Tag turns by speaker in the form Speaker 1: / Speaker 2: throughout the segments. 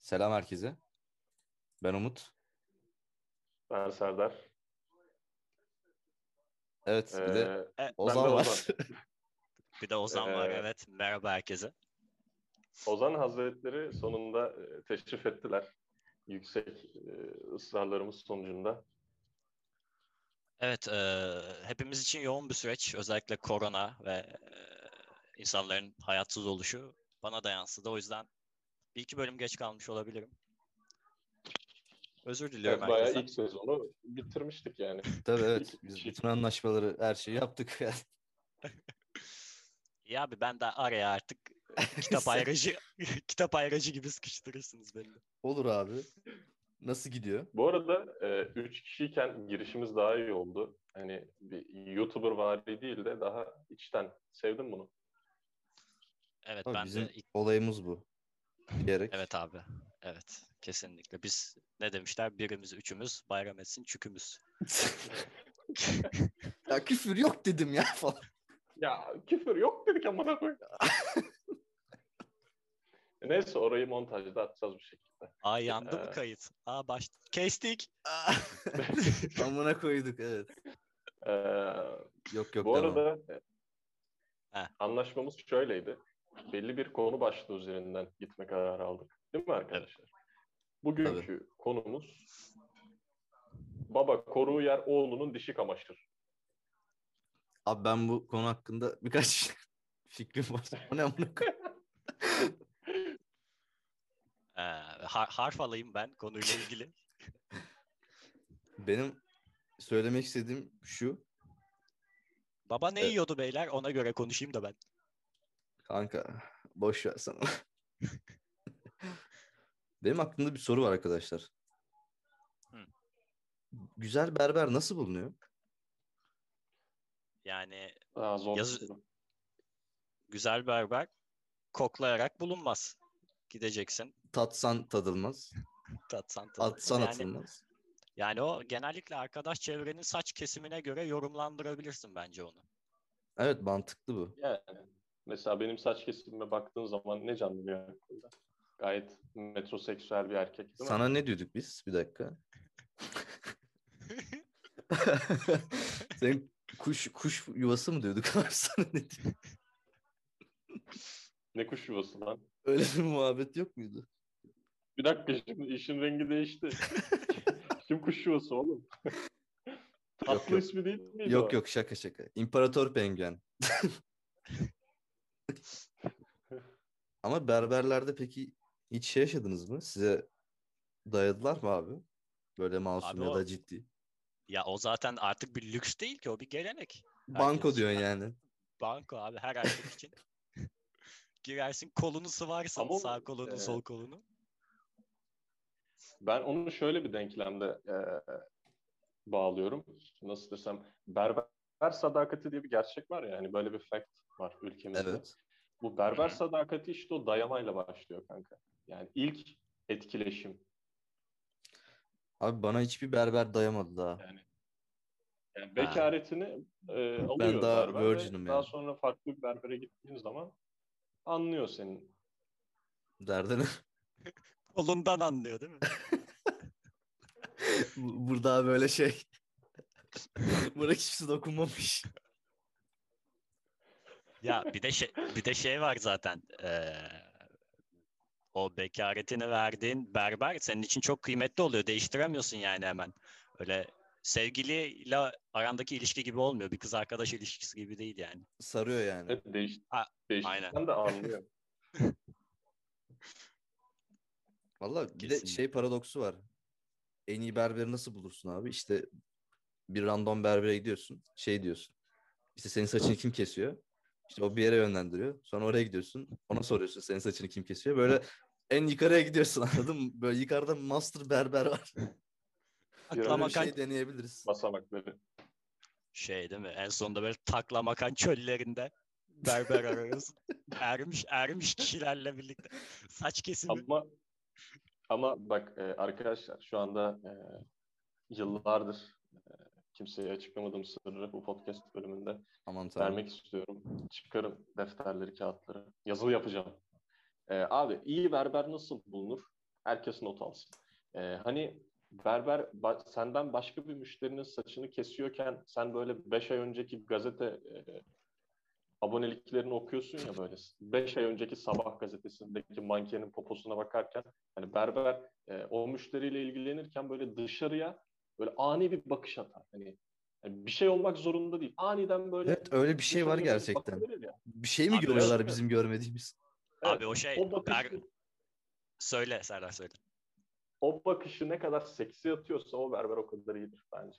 Speaker 1: Selam herkese. Ben Umut.
Speaker 2: Ben Serdar.
Speaker 1: Evet bir de
Speaker 2: Ee,
Speaker 3: E,
Speaker 1: Ozan
Speaker 2: ben de
Speaker 1: var.
Speaker 2: Ozan.
Speaker 3: bir de Ozan var
Speaker 2: Ee,
Speaker 3: evet. Merhaba herkese.
Speaker 2: Ozan Hazretleri sonunda e, teşrif ettiler. Yüksek e, ısrarlarımız sonucunda.
Speaker 3: Evet, e, hepimiz için yoğun bir süreç. Özellikle korona ve e, insanların hayatsız oluşu bana da yansıdı. O yüzden bir iki bölüm geç kalmış olabilirim. Özür
Speaker 2: Evet,
Speaker 3: diliyorum
Speaker 2: bayağı
Speaker 3: herkese.
Speaker 2: ilk sezonu bitirmiştik yani.
Speaker 1: Tabii evet biz bütün anlaşmaları her şeyi yaptık.
Speaker 3: Ya abi ben de araya artık kitap ayracı kitap ayracı gibi sıkıştırırsınız beni.
Speaker 1: Olur abi. Nasıl gidiyor?
Speaker 2: Bu arada e, üç kişiyken girişimiz daha iyi oldu. Hani bir YouTuber vari değil de daha içten. Sevdim bunu.
Speaker 3: Evet
Speaker 1: Tabii
Speaker 3: ben
Speaker 1: bizim
Speaker 3: de ilk-
Speaker 1: olayımız bu. Diyerek.
Speaker 3: evet abi. Evet kesinlikle. Biz ne demişler? Birimiz üçümüz bayram etsin çükümüz.
Speaker 1: ya küfür yok dedim ya falan.
Speaker 2: Ya küfür yok dedik amına koyayım. Neyse orayı montajda atacağız bir şekilde.
Speaker 3: Aa yandı mı
Speaker 2: Ee,
Speaker 3: kayıt? Aa baş kestik.
Speaker 1: Amına koyduk evet.
Speaker 2: Ee,
Speaker 1: Yok yok
Speaker 2: Bu
Speaker 1: devam.
Speaker 2: arada e,
Speaker 3: Heh.
Speaker 2: anlaşmamız şöyleydi. Belli bir konu başlığı üzerinden gitme kararı aldık. Değil mi arkadaşlar? Bugünkü konumuz Baba koruğu yer oğlunun dişi kamaşır.
Speaker 1: Abi ben bu konu hakkında birkaç fikrim var. O ne amına koy-
Speaker 3: Ee, har- harf alayım ben konuyla ilgili.
Speaker 1: Benim söylemek istediğim şu.
Speaker 3: Baba ne
Speaker 1: Evet.
Speaker 3: yiyordu beyler? Ona göre konuşayım da ben.
Speaker 1: Kanka boş ver sana. Benim aklımda bir soru var arkadaşlar.
Speaker 3: Hı.
Speaker 1: Güzel berber nasıl bulunuyor?
Speaker 3: Yani
Speaker 2: Aa, zor.
Speaker 3: Yazı- güzel berber koklayarak bulunmaz. Gideceksin,
Speaker 1: Tatsan tadılmaz,
Speaker 3: tatsan tadı.
Speaker 1: atsan
Speaker 3: yani,
Speaker 1: atılmaz.
Speaker 3: yani o genellikle arkadaş çevrenin saç kesimine göre yorumlandırabilirsin bence onu.
Speaker 1: Evet mantıklı bu.
Speaker 2: Yani mesela benim saç kesimime baktığın zaman ne canlanıyor aklında? Gayet metroseksüel bir erkek değil mi?
Speaker 1: Sana ne diyorduk biz? Bir dakika. Sen kuş kuş yuvası mı diyorduk abi sana ne diyorduk?
Speaker 2: Ne kuş yuvası lan?
Speaker 1: Öyle bir muhabbet yok muydu?
Speaker 2: Bir dakika şimdi işin rengi değişti. Kim kuş yuvası oğlum? Tatlı
Speaker 1: yok.
Speaker 2: ismi değil miydi
Speaker 1: Yok
Speaker 2: o?
Speaker 1: yok şaka şaka. İmparator penguen. Ama berberlerde peki hiç şey yaşadınız mı? Size dayadılar mı abi? Böyle masum
Speaker 3: Abi
Speaker 1: ya
Speaker 3: o-
Speaker 1: da ciddi.
Speaker 3: Ya o zaten artık bir lüks değil ki o bir gelenek.
Speaker 1: Banko
Speaker 3: Herkes-
Speaker 1: diyorsun yani.
Speaker 3: Banko abi her erkek için. Girersin kolunu sıvarsın
Speaker 2: Ama o-
Speaker 3: sağ kolunu
Speaker 2: Evet.
Speaker 3: sol kolunu.
Speaker 2: Ben onu şöyle bir denklemde e, bağlıyorum. Nasıl desem berber sadakati diye bir gerçek var ya hani böyle bir fact var ülkemizde.
Speaker 1: Evet.
Speaker 2: Bu berber
Speaker 3: Hı hı.
Speaker 2: sadakati işte o dayamayla başlıyor kanka. Yani ilk etkileşim.
Speaker 1: Abi bana hiçbir berber dayamadı daha.
Speaker 2: Yani bekaretini e, alıyor
Speaker 1: Ben daha
Speaker 2: berber ve
Speaker 1: virgin'im
Speaker 2: Daha
Speaker 1: yani.
Speaker 2: sonra farklı bir berbere gittiğin zaman anlıyor senin
Speaker 1: Derdin.
Speaker 3: Kolundan anlıyor değil mi?
Speaker 1: Bu- Burada böyle şey. Buna kimse dokunmamış.
Speaker 3: Ya bir de şey bir de şey var zaten. eee, o bekaretini verdiğin berber senin için çok kıymetli oluyor. Değiştiremiyorsun yani hemen. Öyle sevgiliyle arandaki ilişki gibi olmuyor. Bir kız arkadaş ilişkisi gibi değil yani.
Speaker 1: Sarıyor yani.
Speaker 2: Evet, değiş,
Speaker 3: A-
Speaker 2: değişikten de anlıyor.
Speaker 1: Valla bir de
Speaker 3: Kesinlikle.
Speaker 1: şey paradoksu var. En iyi berberi nasıl bulursun abi? İşte bir random berbere gidiyorsun. Şey diyorsun. İşte senin saçını kim kesiyor? İşte o bir yere yönlendiriyor. Sonra oraya gidiyorsun. Ona soruyorsun senin saçını kim kesiyor? Böyle en yukarıya gidiyorsun anladın mı? Böyle yukarıda master berber var.
Speaker 3: Takla
Speaker 1: Böyle bir
Speaker 2: Ama
Speaker 3: makan
Speaker 1: şey deneyebiliriz.
Speaker 2: Basamakları.
Speaker 3: şey değil mi? En sonunda böyle takla makan çöllerinde berber arıyoruz. ermiş ermiş kişilerle birlikte. Saç kesimi.
Speaker 2: Ama ama bak e, arkadaşlar şu anda e, yıllardır e, kimseye açıklamadığım sırrı bu podcast bölümünde
Speaker 1: Aman tanrım.
Speaker 2: vermek istiyorum. Çıkarın Ee, defterleri, kağıtları. Yazılı yapacağım. E, abi iyi berber nasıl bulunur? Herkes not alsın. Ee, hani berber ba- senden başka bir müşterinin saçını kesiyorken sen böyle 5 ay önceki gazete e, aboneliklerini okuyorsun ya böyle. 5 ay önceki sabah gazetesindeki mankenin poposuna bakarken hani berber e, o müşteriyle ilgilenirken böyle dışarıya böyle ani bir bakış atar. Hani yani bir şey olmak zorunda değil. Aniden böyle
Speaker 1: Evet öyle bir şey var
Speaker 2: dışarıya böyle
Speaker 1: gerçekten.
Speaker 2: bakıverir ya.
Speaker 1: Bir şey mi
Speaker 3: Abi,
Speaker 1: görüyorlar
Speaker 2: evet.
Speaker 1: bizim görmediğimiz?
Speaker 2: Evet,
Speaker 3: Abi o şey
Speaker 2: O bakışı,
Speaker 3: ber- söyle Serdar söyle.
Speaker 2: o bakışı ne kadar seksi atıyorsa o berber o kadar iyidir bence.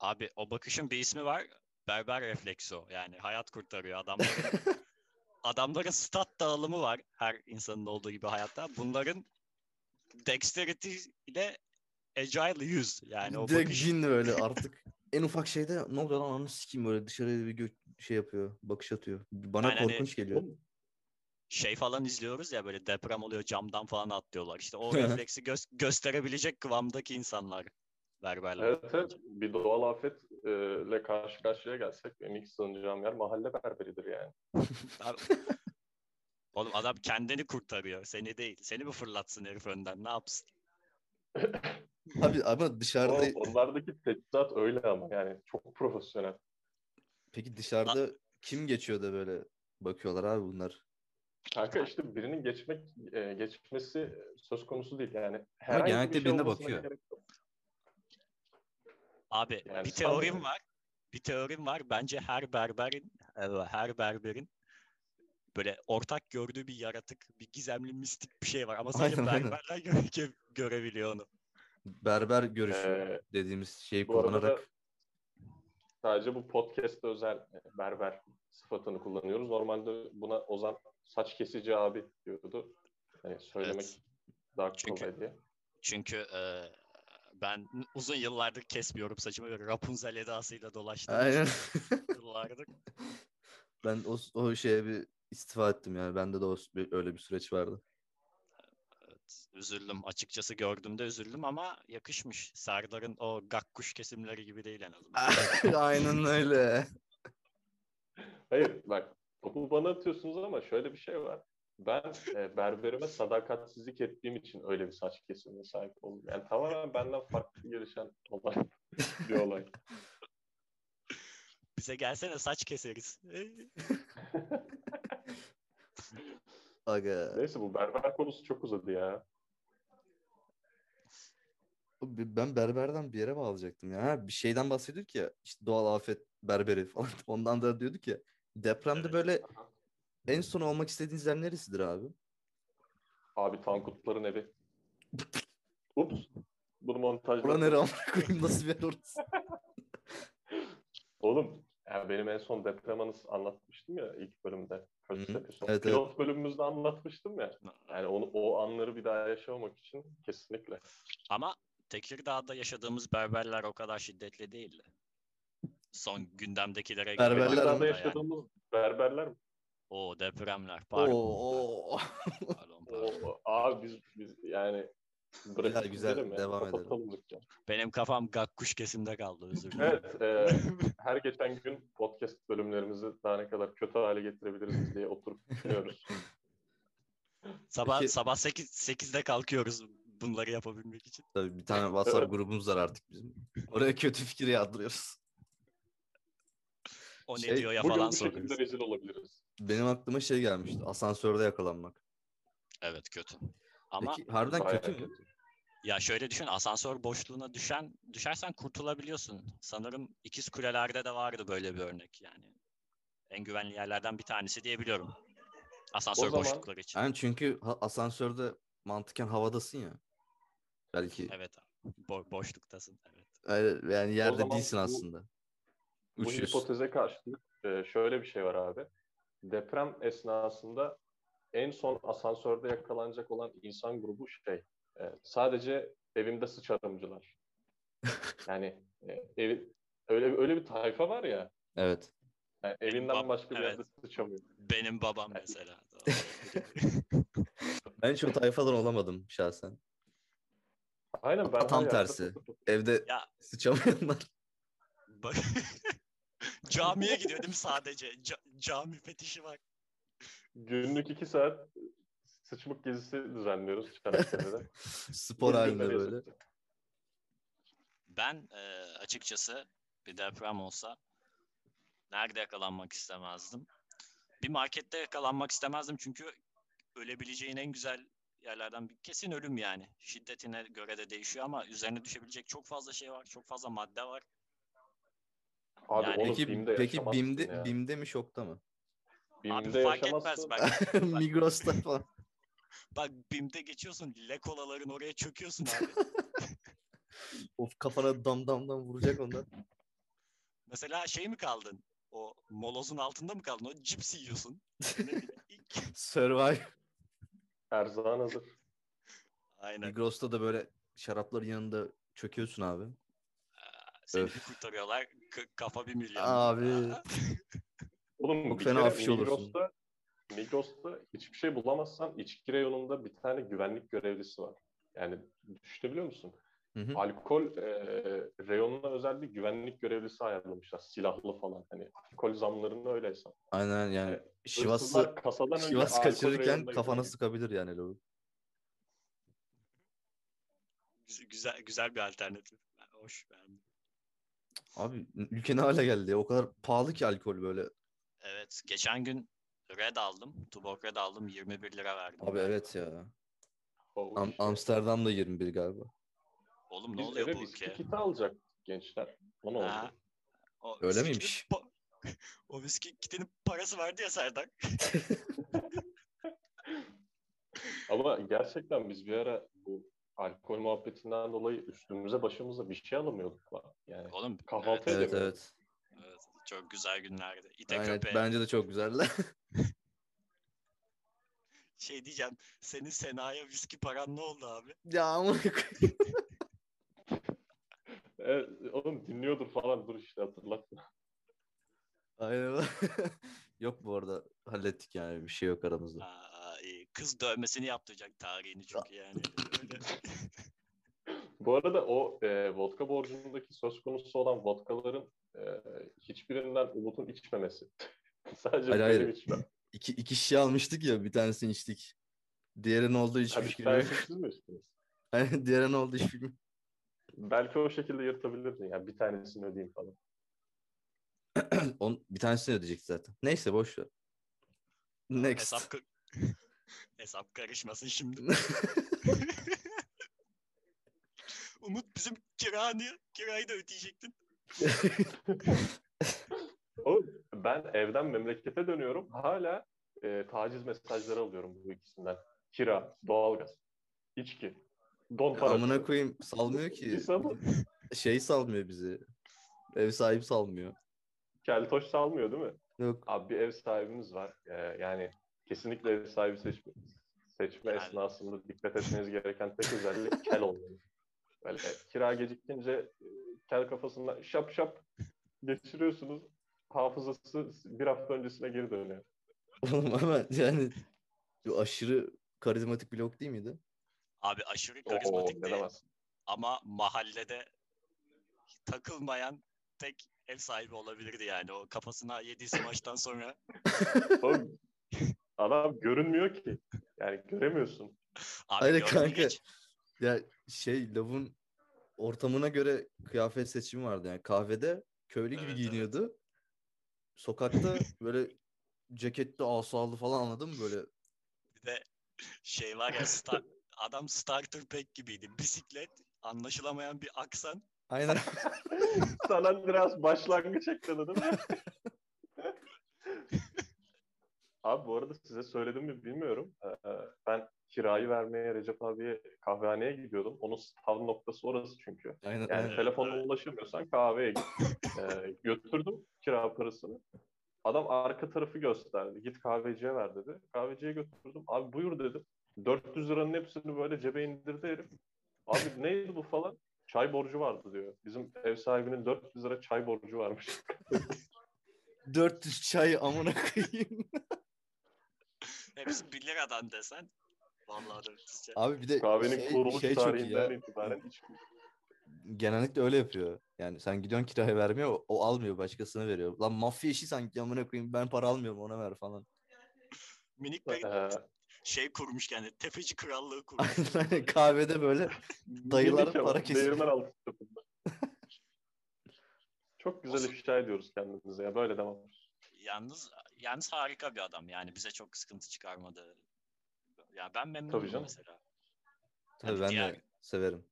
Speaker 3: Abi o bakışın bir ismi var. Berber refleksi o. Yani hayat kurtarıyor adamların. adamların stat dağılımı var. Her insanın olduğu gibi hayatta. Bunların dexterity ile agile use. Yani o
Speaker 1: Direkt
Speaker 3: bakış.
Speaker 1: cin böyle artık. En ufak şeyde ne oluyor lan anı sikeyim böyle dışarıya bir gö- şey yapıyor. Bakış atıyor. Bana
Speaker 3: Yani hani-
Speaker 1: korkunç geliyor.
Speaker 3: şey falan izliyoruz ya böyle deprem oluyor camdan falan atlıyorlar. İşte o refleksi gö- gösterebilecek kıvamdaki insanlar berberler.
Speaker 2: Evet, evet. Bir doğal afetle karşı karşıya gelsek benim ilk sığınacağım yer mahalle berberidir yani.
Speaker 3: Abi- Oğlum adam kendini kurtarıyor. Seni değil. Seni mi fırlatsın herif önden? Ne yapsın?
Speaker 1: Abi ama dışarıda
Speaker 2: O- Onlardaki teçhizat öyle ama yani çok profesyonel.
Speaker 1: peki dışarıda kim geçiyor da böyle bakıyorlar abi bunlar?
Speaker 2: Kanka işte birinin geçmek e, geçmesi söz konusu değil yani. Herhangi
Speaker 1: genellikle
Speaker 2: bir şey
Speaker 1: birine
Speaker 2: olmasına
Speaker 1: bakıyor.
Speaker 2: gerek yok.
Speaker 3: Abi
Speaker 2: Yani
Speaker 3: bir
Speaker 2: sanmıyorum.
Speaker 3: teorim var. Bir teorim var. Bence her berberin e, her berberin böyle ortak gördüğü bir yaratık, bir gizemli mistik bir şey var ama sadece
Speaker 1: Aynen, aynen.
Speaker 3: berberler göre- görebiliyor onu.
Speaker 1: Berber görüşü
Speaker 2: Ee,
Speaker 1: dediğimiz şeyi
Speaker 2: bu arada
Speaker 1: kullanarak.
Speaker 2: sadece bu podcast'te özel e, berber sıfatını kullanıyoruz. Normalde buna Ozan saç kesici abi diyordu. Hani söylemek
Speaker 3: Evet.
Speaker 2: daha
Speaker 3: Çünkü-
Speaker 2: kolay diye.
Speaker 3: Çünkü e, ben uzun yıllardır kesmiyorum saçımı böyle Rapunzel edasıyla dolaştım.
Speaker 1: Aynen.
Speaker 3: Yıllardır.
Speaker 1: ben o, o şeye bir istifa ettim yani. Bende de o, bir- öyle bir süreç vardı.
Speaker 3: Evet, üzüldüm. Açıkçası gördüğümde üzüldüm ama yakışmış. Serdar'ın o gakkuş kesimleri gibi değil en azından.
Speaker 1: Aynen öyle.
Speaker 2: Hayır bak topu bana atıyorsunuz ama şöyle bir şey var. Ben e, berberime sadakatsizlik ettiğim için öyle bir saç kesimine sahip oldum. Yani tamamen benden farklı gelişen olay bir olay.
Speaker 3: Bize gelsene saç keseriz.
Speaker 1: Aga.
Speaker 2: Neyse bu berber konusu çok uzadı ya.
Speaker 1: Abi Ben berberden bir yere bağlayacaktım ya. Ha, bir şeyden bahsediyorduk ya. işte doğal afet berberi falan. Ondan da diyorduk ya. Depremde
Speaker 3: Evet.
Speaker 1: böyle en son olmak istediğiniz yer neresidir abi?
Speaker 2: Abi Tankutların evi. Ups. Bunu montajda.
Speaker 1: Ulan nereye amına koyayım nasıl bir yer orası?
Speaker 2: Oğlum ya benim en son deprem anısı anlatmıştım ya ilk bölümde. First
Speaker 1: Hı hı.
Speaker 2: episode.
Speaker 1: Evet,
Speaker 2: Pilot bölümümüzde anlatmıştım ya. Yani onu, o anları bir daha yaşamak için kesinlikle.
Speaker 3: Ama Tekirdağ'da yaşadığımız berberler o kadar şiddetli değildi. Son gündemdekilere göre
Speaker 1: Berberler
Speaker 3: baktığımda
Speaker 1: ama-
Speaker 2: Tekirdağ'da
Speaker 3: yani.
Speaker 2: yaşadığımız berberler mi?
Speaker 3: O depremler. Pardon.
Speaker 1: Oo, oo.
Speaker 3: Pardon, pardon.
Speaker 2: O- abi biz, biz yani bırakıp
Speaker 1: güzel,
Speaker 2: gidelim ya,
Speaker 1: devam edelim.
Speaker 2: kapatalım dükkanı.
Speaker 3: Benim kafam gakkuş kesimde kaldı özür dilerim.
Speaker 2: Evet, e, her geçen gün podcast bölümlerimizi daha ne kadar kötü hale getirebiliriz diye oturup düşünüyoruz.
Speaker 3: sabah
Speaker 1: Peki-
Speaker 3: sabah 8 8'de kalkıyoruz bunları yapabilmek için.
Speaker 1: Tabii bir tane WhatsApp grubumuz var artık bizim. Oraya kötü fikir yağdırıyoruz.
Speaker 3: O
Speaker 1: Şey,
Speaker 3: ne diyor ya
Speaker 2: Bugün
Speaker 3: falan
Speaker 2: bu şekilde
Speaker 3: soruyoruz.
Speaker 2: rezil olabiliriz.
Speaker 1: Benim aklıma şey gelmişti. Asansörde yakalanmak.
Speaker 3: Evet kötü. Ama
Speaker 1: Peki harbiden
Speaker 2: Bayağı
Speaker 1: kötü mü?
Speaker 3: ya şöyle düşün asansör boşluğuna düşen düşersen kurtulabiliyorsun. Sanırım ikiz kulelerde de vardı böyle bir örnek yani. En güvenli yerlerden bir tanesi diyebiliyorum. Asansör
Speaker 2: zaman-
Speaker 3: boşlukları için.
Speaker 1: Yani çünkü ha- asansörde mantıken havadasın ya. Belki
Speaker 3: Evet abi. Bo- boşluktasın. Evet.
Speaker 1: Öyle- yani yerde
Speaker 2: zaman
Speaker 1: değilsin
Speaker 2: bu-
Speaker 1: aslında.
Speaker 2: Bu
Speaker 1: Uçuyorsun.
Speaker 2: hipoteze karşılık e, şöyle bir şey var abi. Deprem esnasında en son asansörde yakalanacak olan insan grubu şey, e, sadece evimde sıçarımcılar. Yani e, evi- öyle öyle bir tayfa var ya.
Speaker 1: Evet.
Speaker 2: yani
Speaker 3: Benim
Speaker 2: evinden
Speaker 3: bab-
Speaker 2: başka bir
Speaker 3: evet.
Speaker 2: yerde sıçamıyor.
Speaker 3: Benim babam mesela.
Speaker 1: Ben hiç o tayfadan olamadım şahsen.
Speaker 2: Aynen ben
Speaker 1: Tam
Speaker 2: her
Speaker 1: tersi.
Speaker 2: yerde sıçarım.
Speaker 1: Evde
Speaker 3: Ya.
Speaker 1: sıçamayanlar.
Speaker 3: Bak- Camiye gidiyor değil mi sadece? Ca- cami fetişi var.
Speaker 2: Günlük iki saat sıçmık gezisi düzenliyoruz Çanakkale'de.
Speaker 1: Spor halinde
Speaker 2: Gezginler
Speaker 1: böyle.
Speaker 2: yazıyor.
Speaker 3: Ben e, açıkçası bir deprem olsa nerede yakalanmak istemezdim? Bir markette yakalanmak istemezdim çünkü ölebileceğin en güzel yerlerden bir kesin ölüm yani. Şiddetine göre de değişiyor ama üzerine düşebilecek çok fazla şey var, çok fazla madde var.
Speaker 2: Abi
Speaker 3: Yani-
Speaker 2: onu
Speaker 1: Peki,
Speaker 2: BİM'de
Speaker 1: peki
Speaker 2: yaşamazsın
Speaker 1: BİM'de,
Speaker 2: ya.
Speaker 1: BİM'de mi şokta mı?
Speaker 3: Abi
Speaker 2: BİM'de
Speaker 3: fark
Speaker 2: yaşamazsın.
Speaker 3: etmez bak. bak,
Speaker 1: Migros'ta falan.
Speaker 3: bak BİM'de geçiyorsun, lekolaların oraya çöküyorsun abi.
Speaker 1: Of kafana dam dam dam vuracak onlar.
Speaker 3: Mesela şey mi kaldın? O molozun altında mı kaldın? O cips yiyorsun. Ne bileyim, ilk-
Speaker 1: Survive.
Speaker 2: Erzağın hazır.
Speaker 3: Aynen.
Speaker 1: Migros'ta da böyle şarapların yanında çöküyorsun abi.
Speaker 3: Seni
Speaker 1: Öf.
Speaker 3: bir kurtarıyorlar. k- kafa bir milyon.
Speaker 1: Abi.
Speaker 2: Oğlum
Speaker 1: Çok
Speaker 2: bir
Speaker 1: fena
Speaker 2: kere
Speaker 1: afiş olursun.
Speaker 2: Migros'ta, Migros'ta hiçbir şey bulamazsan içki reyonunda bir tane güvenlik görevlisi var. Yani düşünebiliyor musun?
Speaker 1: Hı hı.
Speaker 2: Alkol e, reyonuna özel bir güvenlik görevlisi ayarlamışlar. Silahlı falan. Hani alkol zamlarını öyle hesap.
Speaker 1: Aynen yani. Şivas'ı
Speaker 2: Hırsızlar kasadan önce
Speaker 1: Şivas
Speaker 2: alkol
Speaker 1: kaçırırken
Speaker 2: reyonuna
Speaker 1: kafana
Speaker 2: gidiyor.
Speaker 1: sıkabilir yani Lovuk.
Speaker 3: Güz- Güzel güzel bir alternatif. Ben- Hoş beğendim.
Speaker 1: Abi ülke ne hale geldi ya? O kadar pahalı ki alkol böyle.
Speaker 3: Evet. Geçen gün Red aldım. Tuborg Red aldım. 21 lira verdim.
Speaker 1: Abi evet ya.
Speaker 2: Oh,
Speaker 1: Am-
Speaker 2: shit.
Speaker 1: Amsterdam'da 21 galiba.
Speaker 3: Oğlum ne
Speaker 2: Biz
Speaker 3: oluyor
Speaker 2: eve
Speaker 3: bu
Speaker 2: viski
Speaker 3: ülkeye?
Speaker 2: kiti alacak gençler. O ne oldu?
Speaker 3: Ha, o
Speaker 1: Öyle
Speaker 3: viskinin
Speaker 1: miymiş?
Speaker 3: pa- o viski kitinin parası vardı ya Serdar.
Speaker 2: Ama gerçekten biz bir ara bu alkol muhabbetinden dolayı üstümüze başımıza bir şey alamıyorduk lan. Yani
Speaker 3: Oğlum
Speaker 2: Kahvaltı
Speaker 3: evet,
Speaker 1: Evet
Speaker 2: Öyle mi?
Speaker 1: evet.
Speaker 3: evet. Çok güzel günlerdi. İte
Speaker 1: Aynen,
Speaker 3: köpeğe.
Speaker 1: bence de çok güzeller.
Speaker 3: Şey diyeceğim. Senin Sena'ya viski paran ne oldu abi?
Speaker 1: ya amına koyayım.
Speaker 2: e, oğlum dinliyordur falan dur işte hatırlat.
Speaker 1: Aynen. yok bu arada hallettik yani bir şey yok aramızda.
Speaker 3: Aa, iyi. Kız dövmesini yaptıracak tarihini çünkü yani. Öyle.
Speaker 2: Bu arada o e, vodka borcundaki söz konusu olan vodkaların e, hiçbirinden Umut'un içmemesi. Sadece
Speaker 1: Hayır,
Speaker 2: benim
Speaker 1: hayır.
Speaker 2: içmem.
Speaker 1: İki, iki şişe almıştık ya bir tanesini içtik. Diğeri ne oldu hiç
Speaker 2: Ha, bir
Speaker 1: fikrim yok.
Speaker 2: tanesi siz mi içtiniz?
Speaker 1: Aynen, Diğeri ne oldu hiç fikrim yok.
Speaker 2: Belki o şekilde yırtabilirdin. Yani bir tanesini ödeyeyim falan.
Speaker 1: On, bir tanesini ödeyecekti zaten. Neyse boş ver. Next.
Speaker 3: Hesap, kar- Hesap karışmasın şimdi. Umut bizim kiranı, kirayı da ödeyecektin.
Speaker 2: Oğlum, ben evden memlekete dönüyorum. Hala e, taciz mesajları alıyorum bu ikisinden. Kira, doğalgaz, içki, don
Speaker 1: Ya
Speaker 2: parası.
Speaker 1: amına koyayım salmıyor ki.
Speaker 2: İnsanı
Speaker 1: Şey salmıyor bizi. Ev sahibi salmıyor.
Speaker 2: keltoş salmıyor değil mi?
Speaker 1: Yok.
Speaker 2: Abi bir ev sahibimiz var. E, yani kesinlikle ev sahibi seçme, seçme
Speaker 3: Yani.
Speaker 2: esnasında dikkat etmeniz gereken tek özellik kel olmalı. Böyle kira geciktince e, kel kafasından şap şap geçiriyorsunuz. Hafızası bir hafta öncesine geri dönüyor.
Speaker 1: Oğlum ama yani bu aşırı karizmatik blok değil miydi?
Speaker 3: Abi aşırı
Speaker 2: Oo,
Speaker 3: karizmatik değil
Speaker 2: denemez.
Speaker 3: ama mahallede takılmayan tek ev sahibi olabilirdi yani. O kafasına yediği smaçtan sonra
Speaker 2: Oğlum, adam görünmüyor ki. Yani göremiyorsun.
Speaker 3: abi
Speaker 1: Aynen
Speaker 3: gördün
Speaker 1: kanka.
Speaker 3: geç.
Speaker 1: Ya şey lavun ortamına göre kıyafet seçimi vardı yani kahvede köylü gibi
Speaker 3: Evet, evet.
Speaker 1: giyiniyordu. Sokakta böyle ceketli asalı falan anladın mı böyle?
Speaker 3: Bir de şey var ya star- adam starter pack gibiydi. Bisiklet, anlaşılamayan bir aksan.
Speaker 1: Aynen.
Speaker 2: Sana biraz başlangıç ekledi değil mi? Abi bu arada size söyledim mi bilmiyorum. Ee, Ben kirayı vermeye Recep abiye kahvehaneye gidiyordum. Onun stav noktası orası çünkü.
Speaker 1: Aynen.
Speaker 2: Yani
Speaker 1: aynen.
Speaker 2: telefonla ulaşamıyorsan kahveye git. Ee, götürdüm kira parasını. Adam arka tarafı gösterdi. Git kahveciye ver dedi. Kahveciye götürdüm. Abi buyur dedim. 400 liranın hepsini böyle cebe indirdi herif. Abi neydi bu falan? Çay borcu vardı diyor. Bizim ev sahibinin 400 lira çay borcu varmış.
Speaker 1: 400 çay amına koyayım.
Speaker 3: Hepsi 1 liradan desen. Vallahi da bitecek.
Speaker 1: Abi bir de
Speaker 2: Kahvenin
Speaker 1: şey,
Speaker 2: kuruluş
Speaker 1: şey çok iyi
Speaker 2: tarihinden
Speaker 1: ya.
Speaker 2: itibaren içmiyor.
Speaker 1: Genellikle öyle yapıyor. Yani sen gidiyorsun kiraya vermiyor, o, o almıyor başkasına veriyor. Lan mafya işi sanki amına koyayım ben para almıyorum ona ver falan.
Speaker 3: Minik bir
Speaker 2: Ee,
Speaker 3: şey kurmuş yani tefeci krallığı kurmuş.
Speaker 1: Kahvede böyle dayılar para
Speaker 2: Değirmen
Speaker 1: kesiyor.
Speaker 2: altı kitabında. Çok güzel
Speaker 3: Olsun.
Speaker 2: ifşa ediyoruz kendimize ya. Böyle devam.
Speaker 3: yalnız yalnız harika bir adam yani bize çok sıkıntı çıkarmadı. Ya ben memnunum
Speaker 2: Tabii canım.
Speaker 3: mesela.
Speaker 1: Tabii
Speaker 3: Hani
Speaker 1: ben
Speaker 3: diğer-
Speaker 1: de severim.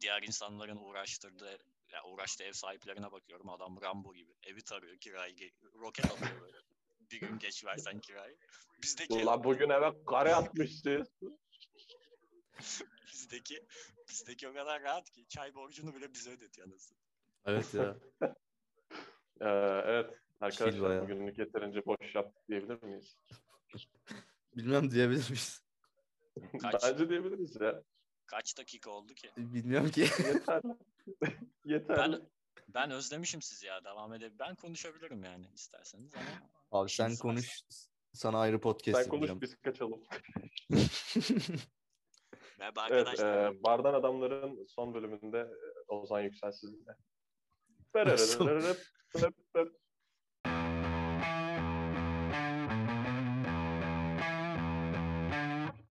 Speaker 3: diğer insanların uğraştırdığı ya uğraştığı ev sahiplerine bakıyorum. Adam Rambo gibi. Evi tarıyor, kirayı ge- roket atıyor böyle. bir gün geç versen kirayı. Bizdeki
Speaker 2: Ulan bugün eve kare atmıştı.
Speaker 3: bizdeki bizdeki o kadar rahat ki çay borcunu bile bize ödetiyor anasını.
Speaker 1: Evet ya.
Speaker 2: Ee, evet. Arkadaşlar
Speaker 1: Şil bayağı.
Speaker 2: bugünlük yeterince boş yaptık diyebilir miyiz?
Speaker 1: Bilmem diyebilir miyiz?
Speaker 3: Kaç
Speaker 2: Bence diyebiliriz ya.
Speaker 3: kaç dakika oldu ki?
Speaker 1: Bilmiyorum ki.
Speaker 2: Yeterli. Yeterli.
Speaker 3: Ben ben özlemişim sizi ya. Devam edelim. Ben konuşabilirim yani isterseniz ama
Speaker 1: Abi sen
Speaker 3: Şimdi
Speaker 1: konuş. Sana ayrı podcast
Speaker 2: Sen konuş
Speaker 1: yapacağım.
Speaker 2: biz kaçalım.
Speaker 3: merhaba
Speaker 2: Evet,
Speaker 3: arkadaşlar.
Speaker 2: e, Bardan Adamların son bölümünde e, Ozan Yüksel sizinle.